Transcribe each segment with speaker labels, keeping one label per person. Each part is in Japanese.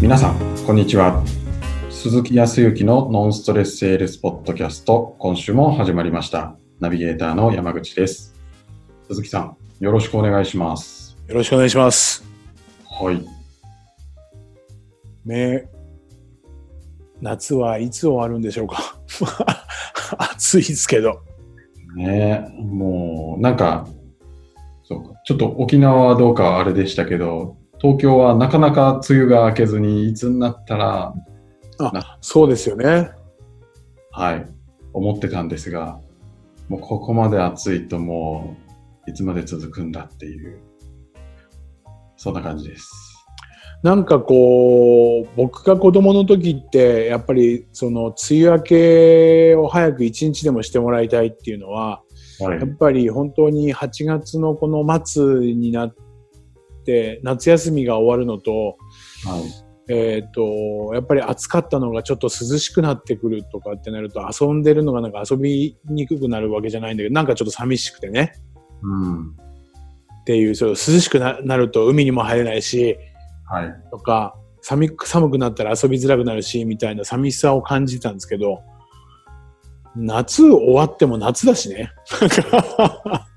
Speaker 1: 皆さん、こんにちは。鈴木康之のノンストレスセールスポッドキャスト、今週も始まりました。ナビゲーターの山口です。鈴木さん、よろしくお願いします。
Speaker 2: よろしくお願いします。
Speaker 1: はい。
Speaker 2: ね夏はいつ終わるんでしょうか 暑いですけど。
Speaker 1: ねえ、もう、なんか、そうか、ちょっと沖縄はどうかはあれでしたけど、東京はなかなか梅雨が明けずに、いつになったら、
Speaker 2: そうですよね。
Speaker 1: はい、思ってたんですが、もうここまで暑いともう、いつまで続くんだっていう、そんな感じです。
Speaker 2: なんかこう、僕が子供の時って、やっぱりその梅雨明けを早く一日でもしてもらいたいっていうのは、
Speaker 1: はい
Speaker 2: やっぱり本当に8月のこの末になって、夏休みが終わるのと、
Speaker 1: はい、
Speaker 2: えー、とやっぱり暑かったのがちょっと涼しくなってくるとかってなると遊んでるのがなんか遊びにくくなるわけじゃないんだけどなんかちょっと寂しくてね
Speaker 1: うん、
Speaker 2: っていうそう涼しくななると海にも入れないし
Speaker 1: はい、
Speaker 2: とか寒く寒くなったら遊びづらくなるしみたいな寂しさを感じたんですけど夏終わっても夏だしねなんか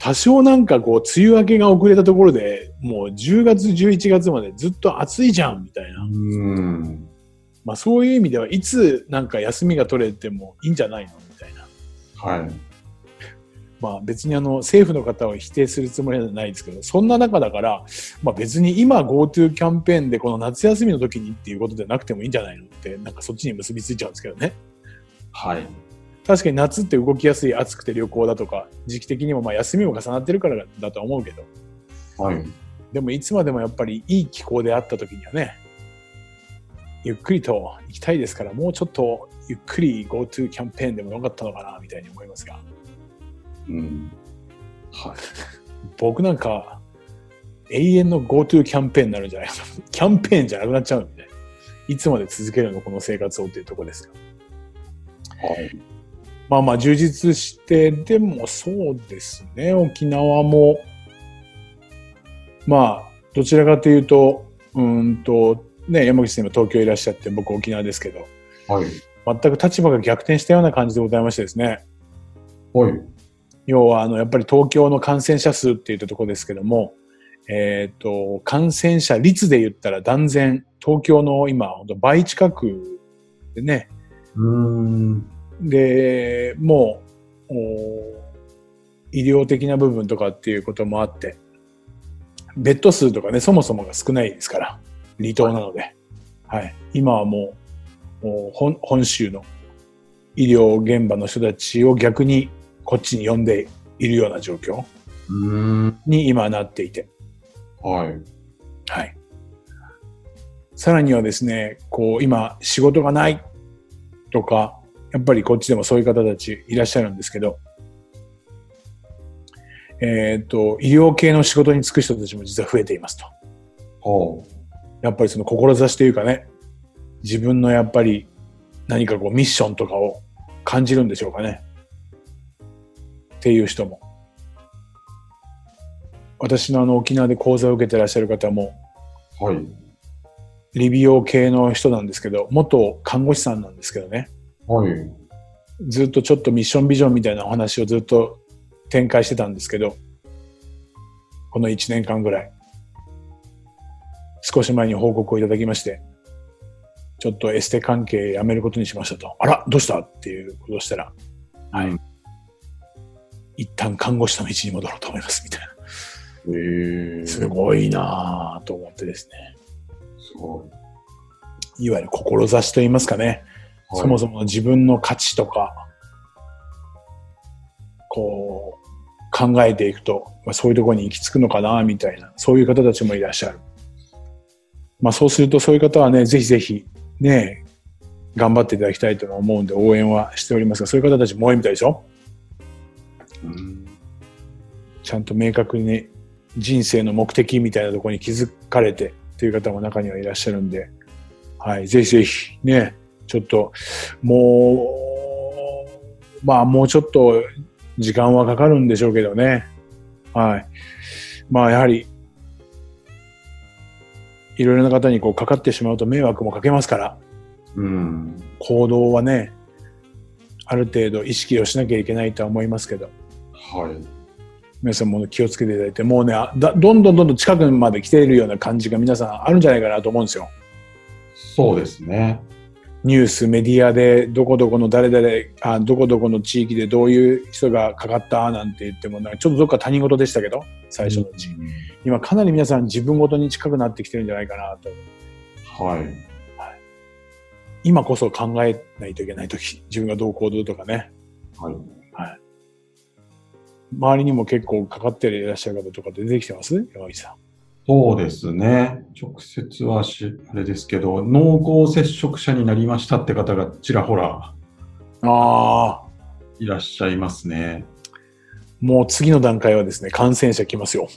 Speaker 2: 多少なんかこう梅雨明けが遅れたところでもう10月11月までずっと暑いじゃんみたいな。
Speaker 1: うん、
Speaker 2: まあ、そういう意味ではいつなんか休みが取れてもいいんじゃないのみたいな、
Speaker 1: はい、
Speaker 2: まあ、別にあの政府の方を否定するつもりはないですけどそんな中だから、まあ、別に今 GoTo キャンペーンでこの夏休みの時にっていうことでなくてもいいんじゃないのってなんかそっちに結びついちゃうんですけどね
Speaker 1: はい、
Speaker 2: 確かに夏って動きやすい暑くて旅行だとか時期的にもまあ休みも重なってるからだとは思うけど
Speaker 1: はい、
Speaker 2: でもいつまでもやっぱりいい気候であった時にはね、ゆっくりと行きたいですから、もうちょっとゆっくり GoTo キャンペーンでもよかったのかなみたいに思いますが、
Speaker 1: うん、はい。
Speaker 2: 僕なんか永遠の GoTo キャンペーンになるんじゃないか な。キャンペーンじゃなくなっちゃうんで、いつまで続けるのこの生活をっていうところですが。
Speaker 1: はい、
Speaker 2: まあまあ充実して、でもそうですね、沖縄も、まあ、どちらかというと、うーんと、ね、山口さん今東京いらっしゃって、僕沖縄ですけど、
Speaker 1: はい、
Speaker 2: 全く立場が逆転したような感じでございましてですね、
Speaker 1: はい、
Speaker 2: 要はあのやっぱり東京の感染者数っていうところですけども、えー、と感染者率で言ったら断然東京の今ほんと倍近くでね
Speaker 1: うーん、
Speaker 2: でもうお医療的な部分とかっていうこともあってベッド数とかねそもそもが少ないですから離島なので、はい、今はもうお本本州の医療現場の人たちを逆にこっちに呼んでいるような状況
Speaker 1: うーん、
Speaker 2: に今なっていて
Speaker 1: はい、
Speaker 2: はい。さらにはですね、こう、今、仕事がないとか、やっぱりこっちでもそういう方たちいらっしゃるんですけど、えっ、と、医療系の仕事に就く人たちも実は増えていますと。
Speaker 1: ほ
Speaker 2: やっぱりその志というかね、自分のやっぱり何かこうミッションとかを感じるんでしょうかね。っていう人も。私のあの沖縄で講座を受けてらっしゃる方も、
Speaker 1: う、はい、
Speaker 2: 理美容系の人なんですけど、元看護師さんなんですけどね、
Speaker 1: はい、
Speaker 2: ずっとちょっとミッションビジョンみたいなお話をずっと展開してたんですけど、この1年間ぐらい、少し前に報告をいただきまして、ちょっとエステ関係やめることにしましたと。あら、どうしたっていうことをしたら、
Speaker 1: はい、
Speaker 2: 一旦看護師の道に戻ろうと思います、みたいな。
Speaker 1: えー、
Speaker 2: すごいなぁと思ってですね。
Speaker 1: すごい。
Speaker 2: いわゆる志といいますかね。そも
Speaker 1: そ
Speaker 2: そもの自分の価値とか、こう、考えていくと、まあ、そういうところに行き着くのかな、みたいな、そういう方たちもいらっしゃる。まあそうすると、そういう方はね、ぜひぜひ、ね、頑張っていただきたいと思うんで、応援はしておりますが、そういう方たちも多いみたいでしょ
Speaker 1: も、うん、
Speaker 2: ちゃんと明確に人生の目的みたいなところに気づかれてという方も中にはいらっしゃるんで、はい、ぜひぜひね、ちょっともう、まあもうちょっと時間はかかるんでしょうけどね、はい。まあやはりいろいろな方にこうかかってしまうと迷惑もかけますから、
Speaker 1: うん。
Speaker 2: 行動はね、ある程度意識をしなきゃいけないとは思いますけど、
Speaker 1: はい。
Speaker 2: 皆さんも気をつけていただいて、もうね、あだどんどんどんどん近くまで来ているような感じが皆さんあるんじゃないかなと思うんですよ。
Speaker 1: そうですね。
Speaker 2: ニュース、メディアで、どこどこの誰々、あどこどこの地域でどういう人がかかったなんて言っても、なんかちょっとどっか他人事でしたけど、最初のうち。今かなり皆さん自分ごとに近くなってきてるんじゃないかなと。
Speaker 1: はい。
Speaker 2: 今こそ考えないといけない時、自分がどう行動とかね。
Speaker 1: はい。
Speaker 2: 周りにも結構かかっていらっしゃる方とか出てきてます山口さん。
Speaker 1: そうですね。直接はし、あれですけど、濃厚接触者になりましたって方がちらほら
Speaker 2: ああ、
Speaker 1: いらっしゃいますね。
Speaker 2: もう次の段階はですね、感染者来ますよ。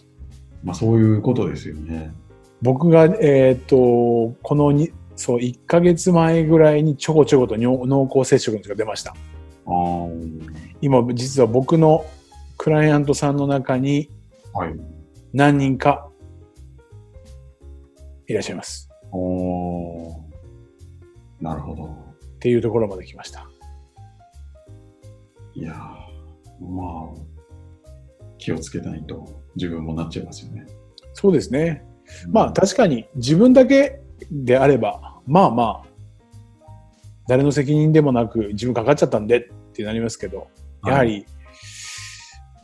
Speaker 1: まあそういうことですよね。
Speaker 2: 僕が、えっ、と、このに、そう、1ヶ月前ぐらいにちょこちょことにょ濃厚接触の人が出ました。
Speaker 1: ああ。は
Speaker 2: 今、実は僕のクライアントさんの中に
Speaker 1: い。
Speaker 2: 何人かいらっしゃいます。
Speaker 1: おお。なるほど。
Speaker 2: っていうところまで来ました。
Speaker 1: いやーまあ、気をつけないと自分もなっちゃいますよね。
Speaker 2: そうですね。まあ確かに自分だけであれば、まあまあ、誰の責任でもなく自分かかっちゃったんでってなりますけど、やは
Speaker 1: はい
Speaker 2: り、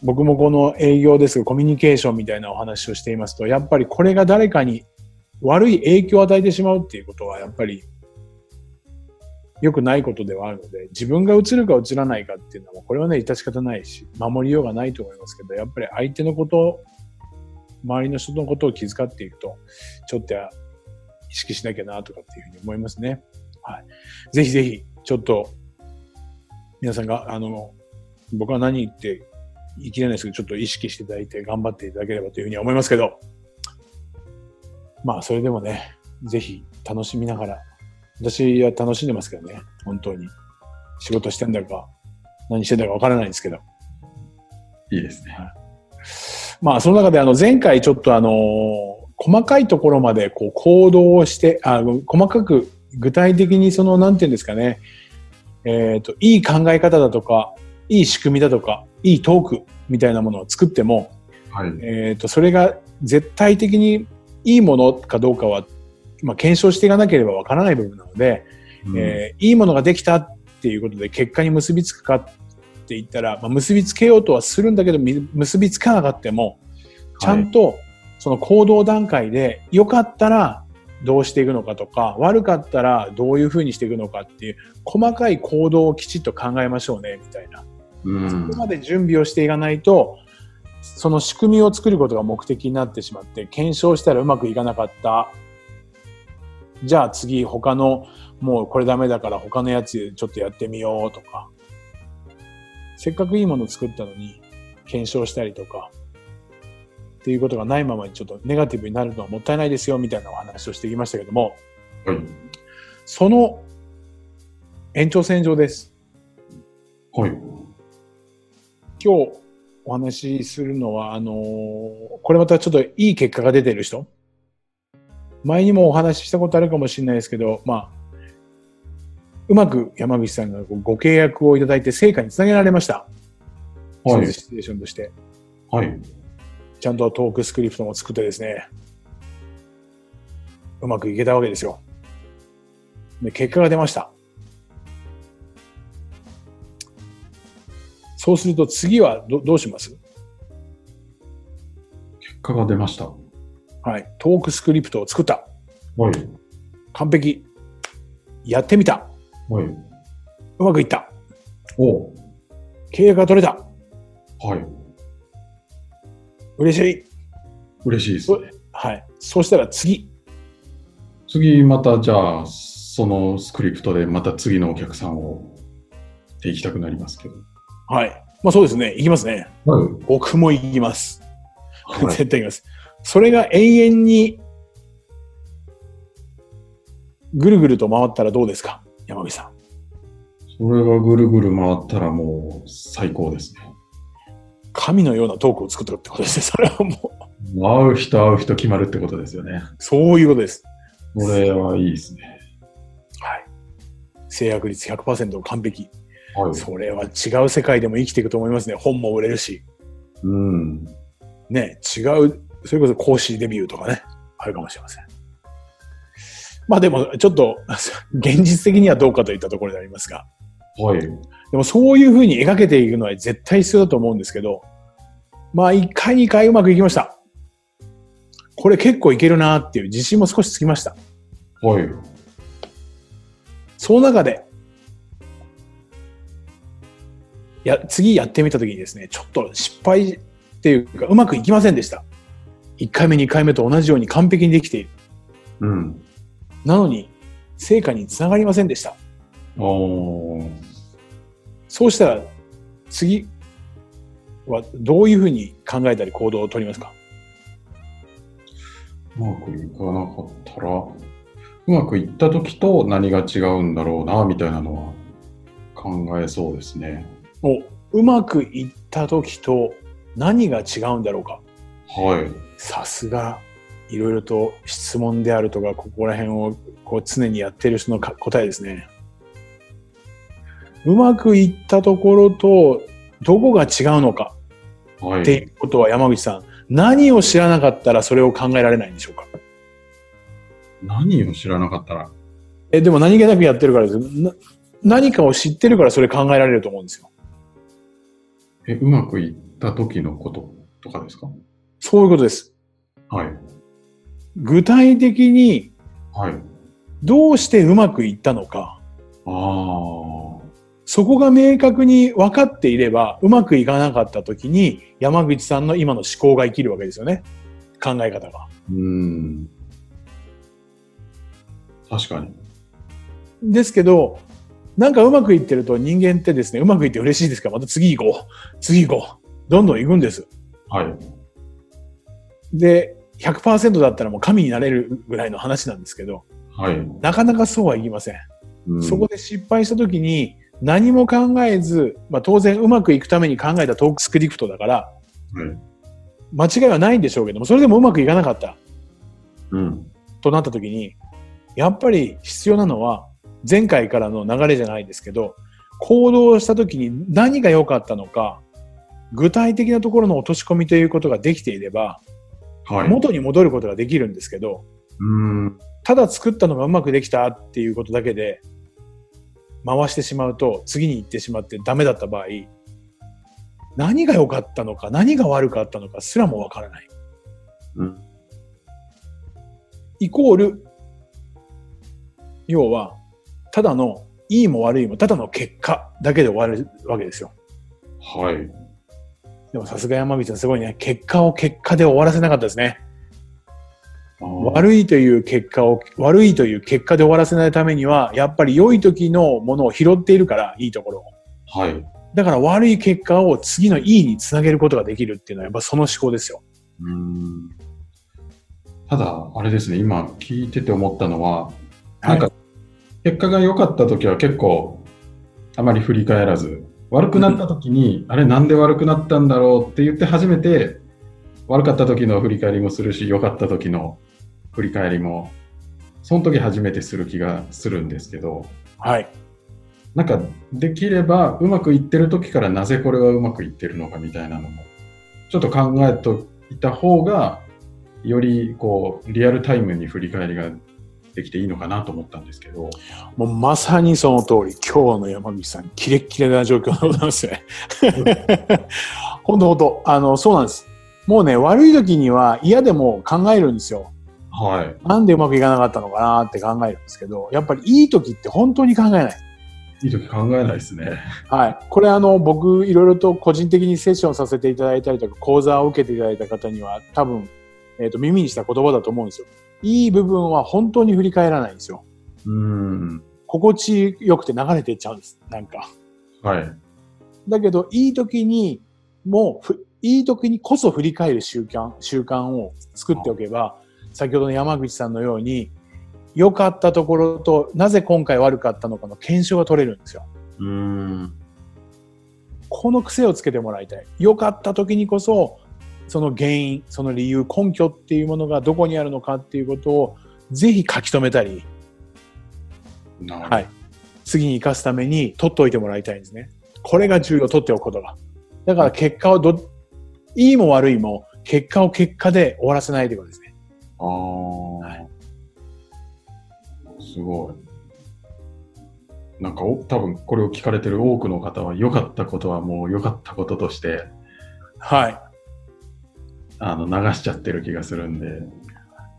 Speaker 2: 僕もこの営業ですが、コミュニケーションみたいなお話をしていますと、やっぱりこれが誰かに悪い影響を与えてしまうっていうことは、やっぱり良くないことではあるので、自分が映るか映らないかっていうのは、これはね、致し方ないし、守りようがないと思いますけど、やっぱり相手のこと、周りの人のことを気遣っていくと、ちょっとや意識しなきゃなとかっていうふうに思いますね。はい。ぜひぜひ、ちょっと、皆さんが、あの、僕は何言って言い切れないですけど、ちょっと意識していただいて頑張っていただければというふうには思いますけど、まあ、それでもね、ぜひ楽しみながら、私は楽しんでますけどね、本当に。仕事してんだか、何してんだかわからないんですけど。
Speaker 1: いいですね。
Speaker 2: まあ、その中で、あの、前回ちょっとあの細かいところまでこう行動をして、あ細かく具体的にその、なんていうんですかね、えっ、と、いい考え方だとか、いい仕組みだとか、いいトークみたいなものを作っても、
Speaker 1: はい。
Speaker 2: えっ、と、それが絶対的にいいものかどうかは、まあ、検証していかなければわからない部分なので、
Speaker 1: うん
Speaker 2: えーいいものができたっていうことで結果に結びつくかって言ったら、まあ、結びつけようとはするんだけどみ結びつかなかってもちゃんとその行動段階で良かったらどうしていくのかとか悪かったらどういうふうにしていくのかっていう細かい行動をきちっと考えましょうねみたいな
Speaker 1: うん
Speaker 2: そこまで準備をしていかないとその仕組みを作ることが目的になってしまって検証したらうまくいかなかったじゃあ次他のもうこれダメだから他のやつちょっとやってみようとかせっかくいいものを作ったのに検証したりとかっていうことがないままにちょっとネガティブになるのはもったいないですよみたいなお話をしてきましたけども
Speaker 1: はい。
Speaker 2: その延長線上です
Speaker 1: はい。
Speaker 2: 今日お話しするのは、あのーこれまたちょっといい結果が出てる人。前にもお話ししたことあるかもしれないですけど、まあ、うまく山口さんがごご契約をいただいて成果につなげられました。
Speaker 1: は
Speaker 2: シ
Speaker 1: い。
Speaker 2: チュエーションとして。
Speaker 1: はい。
Speaker 2: ちゃんとトークスクリプトも作ってですね、うまくいけたわけですよ。で、結果が出ました。そうすると次はどどうします
Speaker 1: 結果が出ました。は
Speaker 2: はい、トークスクリプトを作った。
Speaker 1: い。
Speaker 2: 完璧。やってみた。
Speaker 1: はい。
Speaker 2: うまくいった。
Speaker 1: お
Speaker 2: 契約が取れた。
Speaker 1: はい。
Speaker 2: 嬉しい。
Speaker 1: 嬉しいですね。
Speaker 2: はい。そうしたら次。
Speaker 1: 次、またじゃあ、そのスクリプトでまた次のお客さんをっていきたくなりますけど。
Speaker 2: はい。まあそうですね。いきますね。
Speaker 1: はい。
Speaker 2: 僕もいきます。
Speaker 1: はい、
Speaker 2: 絶対いきます。それが永遠にぐるぐると回ったらどうですか山口さん。
Speaker 1: それがぐるぐる回ったらもう最高ですね。
Speaker 2: 神のようなトークを作ったってことですね。それはもう。
Speaker 1: 会う人会う人決まるってことですよね。
Speaker 2: そういうことです。
Speaker 1: これはいいですね。
Speaker 2: 制約率100%完璧。
Speaker 1: はい。
Speaker 2: それは違う世界でも生きていくと思いますね。本も売れるし。
Speaker 1: うん。
Speaker 2: ね、違う、それこそ講師デビューとかね、あるかもしれません。まあでも、ちょっと、 現実的にはどうかといったところでありますが、
Speaker 1: はい。
Speaker 2: でもそういうふうに描けていくのは絶対必要だと思うんですけど、まあ1回2回うまくいきました。これ結構いけるなっていう自信も少しつきました。
Speaker 1: はい。
Speaker 2: その中で、いや、次やってみたときにですね、ちょっと失敗っていうか、うまくいきませんでした。1回目、2回目と同じように完璧にできている。
Speaker 1: うん。
Speaker 2: なのに、成果につながりませんでした。
Speaker 1: おー。
Speaker 2: そうしたら、次はどういうふうに考えたり行動を取りますか
Speaker 1: うまくいかなかったら、うまくいった時と何が違うんだろうな、みたいなのは考えそうですね。
Speaker 2: おうまくいったときと何が違うんだろうか
Speaker 1: はい。
Speaker 2: さすが、いろいろと質問であるとか、ここら辺をこう常にやってる人のか答えですね。うまくいったところと、どこが違うのか
Speaker 1: はい。
Speaker 2: っていうことは山口さん、何を知らなかったらそれを考えられないんでしょうか
Speaker 1: 何を知らなかったら、
Speaker 2: え、でも何気なくやってるからですよな何かを知ってるからそれ考えられると思うんですよ。
Speaker 1: え、うまくいった時のこととかですか
Speaker 2: そういうことです。
Speaker 1: はい。
Speaker 2: 具体的に
Speaker 1: はい。
Speaker 2: どうしてうまくいったのか、
Speaker 1: あー。
Speaker 2: そこが明確に分かっていれば、うまくいかなかった時に山口さんの今の思考が生きるわけですよね。考え方が。
Speaker 1: うーん。確かに。
Speaker 2: ですけど、なんかうまくいってると人間ってですね、うまくいって嬉しいですから、また次行こう。次行こう。どんどん行くんです。
Speaker 1: はい。
Speaker 2: で、100%だったらもう神になれるぐらいの話なんですけど、
Speaker 1: はい。
Speaker 2: なかなかそうはいきません。
Speaker 1: うん
Speaker 2: そこで失敗した時に何も考えず、まあ、当然うまくいくために考えたトークスクリプトだから、
Speaker 1: はい
Speaker 2: 間違いはないんでしょうけども、それでもうまくいかなかった
Speaker 1: うん。
Speaker 2: となった時に、やっぱり必要なのは前回からの流れじゃないですけど、行動した時に何が良かったのか、具体的なところの落とし込みということができていれば、
Speaker 1: はい。
Speaker 2: 元に戻ることができるんですけど、
Speaker 1: うーん。
Speaker 2: ただ作ったのがうまくできたっていうことだけで回してしまうと次に行ってしまってダメだった場合何が良かったのか何が悪かったのかすらもわからない
Speaker 1: うん。
Speaker 2: イコール要はただのいいも悪いもただの結果だけで終わるわけですよ
Speaker 1: はい。
Speaker 2: でもさすが山口さんすごいね結果を結果で終わらせなかったですね
Speaker 1: あー
Speaker 2: 悪いという結果を悪いという結果で終わらせないためにはやっぱり良い時のものを拾っているからいいところを
Speaker 1: はい。
Speaker 2: だから悪い結果を次のいいにつなげることができるっていうのはやっぱその思考ですよ。
Speaker 1: うーんただ、あれですね、今聞いてて思ったのは、なんか、結果が良かった時は結構、あまり振り返らず、悪くなった時に、あれなんで悪くなったんだろうって言って初めて、悪かった時の振り返りもするし、良かった時の振り返りも、その時初めてする気がするんですけど、
Speaker 2: はい。
Speaker 1: なんか、できれば、うまくいってる時からなぜこれはうまくいってるのかみたいなのも、ちょっと考えといた方が、より、こう、リアルタイムに振り返りができていいのかなと思ったんですけど、
Speaker 2: もうまさにその通り、今日の山口さん、キレッキレな状況でございますね。ほんとほんと、あの、そうなんです。もうね、悪い時には嫌でも考えるんですよ。
Speaker 1: はい。
Speaker 2: なんでうまくいかなかったのかなって考えるんですけど、やっぱりいい時って本当に考えない。
Speaker 1: いい時考えないですね。
Speaker 2: はい、これあの僕いろいろと個人的にセッションさせていただいたりとか講座を受けていただいた方には多分、えー、と耳にした言葉だと思うんですよ。いい部分は本当に振り返らないんですよ。
Speaker 1: うーん。
Speaker 2: 心地よくて流れていっちゃうんです。なんか。
Speaker 1: はい。
Speaker 2: だけどいい時にもうふいい時にこそ振り返る習慣習慣を作っておけば先ほどの山口さんのように良かったところとなぜ今回悪かったのかの検証が取れるんですよ。
Speaker 1: うーん。
Speaker 2: この癖をつけてもらいたい。良かった時にこそ、その原因、その理由、根拠っていうものがどこにあるのかっていうことをぜひ書き留めたり、
Speaker 1: なるほど。
Speaker 2: はい。次に生かすために取っておいてもらいたいんですね。これが重要、取っておくことが。だから結果をど、いいも悪いも、結果を結果で終わらせないということですね。
Speaker 1: ああ、すごい。なんかお多分これを聞かれてる多くの方は良かったことはもう良かったこととして
Speaker 2: はい。
Speaker 1: あの流しちゃってる気がするんで、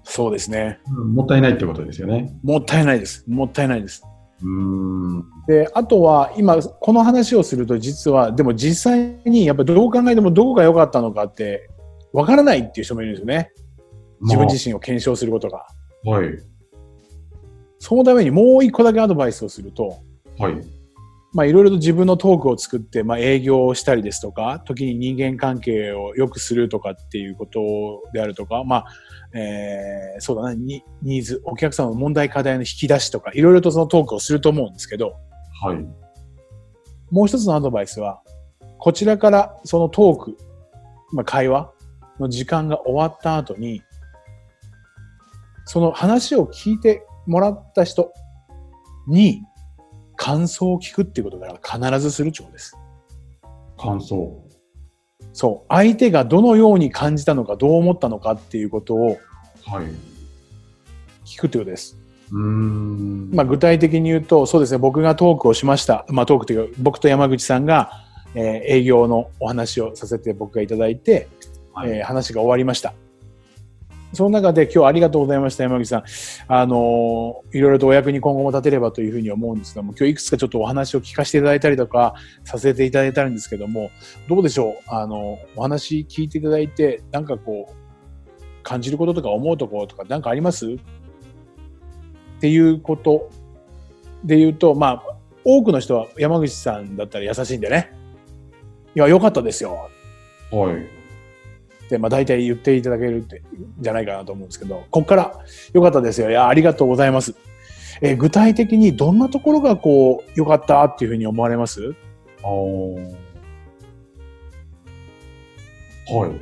Speaker 2: そうですね。
Speaker 1: もったいないってことですよね。
Speaker 2: もったいないです。もったいないです。
Speaker 1: うーん。
Speaker 2: で、あとは今、この話をすると実は、でも実際にやっぱどう考えてもどこが良かったのかって、わからないっていう人もいるんですよね。自分自身を検証することが。
Speaker 1: 身。はい。
Speaker 2: そのためにもう一個だけアドバイスをすると、
Speaker 1: はい。
Speaker 2: まあ、いろいろと自分のトークを作って、まあ、営業をしたりですとか、時に人間関係を良くするとかっていうことであるとか、まあ、えーそうだな、ニニーズ、お客様の問題課題の引き出しとか、いろいろとそのトークをすると思うんですけど、
Speaker 1: はい。
Speaker 2: もう一つのアドバイスは、こちらからそのトーク、まあ、会話の時間が終わった後に、その話を聞いてもらった人に感想を聞くっていうことが必ずするってことです。
Speaker 1: 感想。
Speaker 2: そう。相手がどのように感じたのか、どう思ったのかっていうことを
Speaker 1: はい。う
Speaker 2: 聞くってことです。
Speaker 1: ーん。
Speaker 2: まあ、具体的に言うと、そうですね、僕がトークをしました。まあ、トークというか、僕と山口さんが、えー営業のお話をさせて僕がいただいて、
Speaker 1: はい
Speaker 2: えー話が終わりました。その中で今日はありがとうございました、山口さん。あのーいろいろとお役に今後も立てればというふうに思うんですがも、今日いくつかちょっとお話を聞かせていただいたりとかさせていただいたんですけども、どうでしょうあの、お話聞いていただいて、なんかこう、感じることとか思うところとかなんかありますっていうことで言うと、まあ、多くの人は山口さんだったら優しいんでね。いや、良かったですよ。
Speaker 1: はい。
Speaker 2: って、まあ、大体言っていただけるって、じゃないかなと思うんですけど、こっから、良かったですよ。いや、ありがとうございます。えー具体的にどんなところがこう、良かったっていうふうに思われます
Speaker 1: あーはい。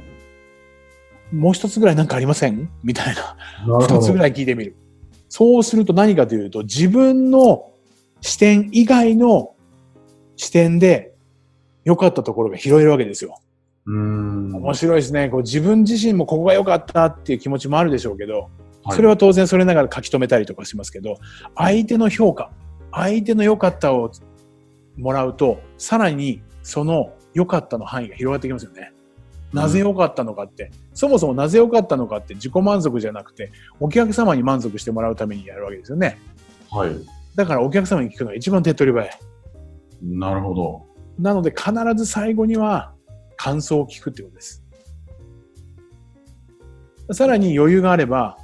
Speaker 2: もう一つぐらいなんかありませんみたいな。
Speaker 1: なる
Speaker 2: 二
Speaker 1: ほ
Speaker 2: つ
Speaker 1: ど
Speaker 2: ぐ。らい聞いてみる。そうすると何かというと、自分の視点以外の視点で良かったところが拾えるわけですよ。
Speaker 1: うーん。
Speaker 2: 面白いですね。こう自分自身もここが良かったっていう気持ちもあるでしょうけど、
Speaker 1: はい
Speaker 2: それは当然それながら書き留めたりとかしますけど、相手の評価、相手の良かったをもらうと、さらにその良かったの範囲が広がってきますよね。なぜ良かったのかって、そもそもなぜ良かったのかって自己満足じゃなくて、お客様に満足してもらうためにやるわけですよね。
Speaker 1: はい。
Speaker 2: だからお客様に聞くのが一番手っ取り早い。
Speaker 1: なるほど。
Speaker 2: なので必ず最後には感想を聞くってことです。さらに余裕があれば、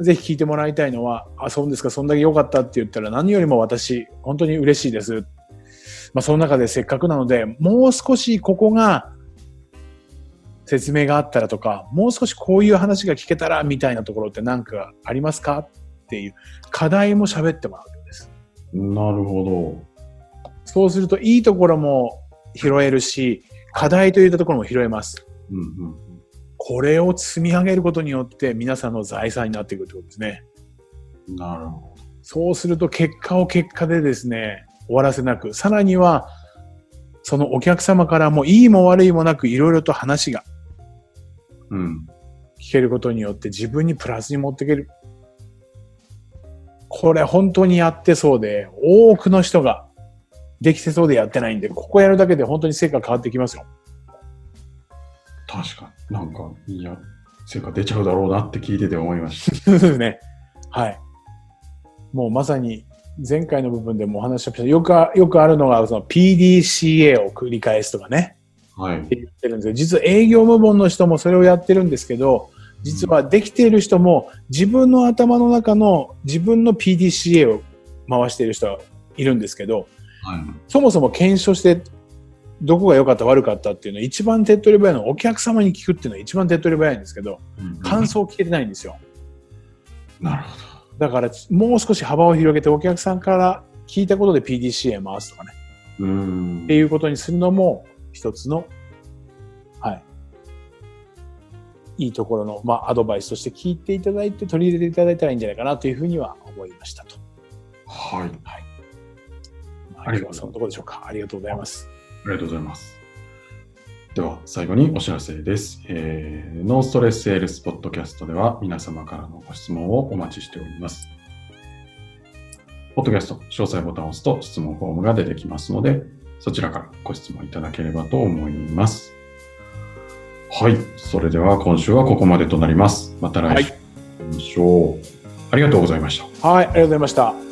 Speaker 2: ぜひ聞いてもらいたいのは、あ、そうですか、そんだけ良かったって言ったら何よりも私、本当に嬉しいです。まあ、その中でせっかくなので、もう少しここが説明があったらとか、もう少しこういう話が聞けたらみたいなところって何かありますかっていう課題も喋ってもらうことです。
Speaker 1: なるほ
Speaker 2: そうするといいところも拾えるし、課題といったところも拾えます。
Speaker 1: ど。うんうん。
Speaker 2: これを積み上げることによって皆さんの財産になってくるということですね。
Speaker 1: なるほど。
Speaker 2: そうすると結果を結果でですね、終わらせなく、さらには、そのお客様からもいいも悪いもなくいろいろと話が
Speaker 1: うん。
Speaker 2: 聞けることによって自分にプラスに持っていける。これ本当にやってそうで、多くの人ができてそうでやってないんで、ここやるだけで本当に成果変わってきますよ。
Speaker 1: 確かに。なんか、いや、成果出ちゃうだろうなって聞いてて思いました。
Speaker 2: そうです ね。はい。もうまさに前回の部分でもお話ししました。よくあ、よくあるのが、その PDCA を繰り返すとかね、
Speaker 1: はい
Speaker 2: っ。て言ってるんですけど、実は営業部門の人もそれをやってるんですけど、実はできている人も自分の頭の中の自分の PDCA を回している人はいるんですけど、
Speaker 1: はい。
Speaker 2: そもそも検証して、どこが良かった悪かったっていうのは一番手っ取り早いのはお客様に聞くっていうのは一番手っ取り早いんですけど、
Speaker 1: うん
Speaker 2: 感想を聞けてないんですよ。
Speaker 1: なるほど。
Speaker 2: だからもう少し幅を広げてお客さんから聞いたことで PDCA 回すとかね、
Speaker 1: うーん
Speaker 2: って。いうことにするのも一つの、はい、いいところの、まあ、アドバイスとして聞いていただいて取り入れていただいたらいいんじゃないかなというふうには思いましたと。
Speaker 1: はい。ありがとうございます
Speaker 2: まあ今日はそのところでしょうか。ありがとうございます。
Speaker 1: ありがとうございます。では、最後にお知らせです。えーノーストレスセールスポッドキャストでは皆様からのご質問をお待ちしております。ポッドキャスト、詳細ボタンを押すと質問フォームが出てきますので、そちらからご質問いただければと思います。はい。それでは今週はここまでとなります。また来週お会いしましょう。ありがとうございました。
Speaker 2: はい、ありがとうございました。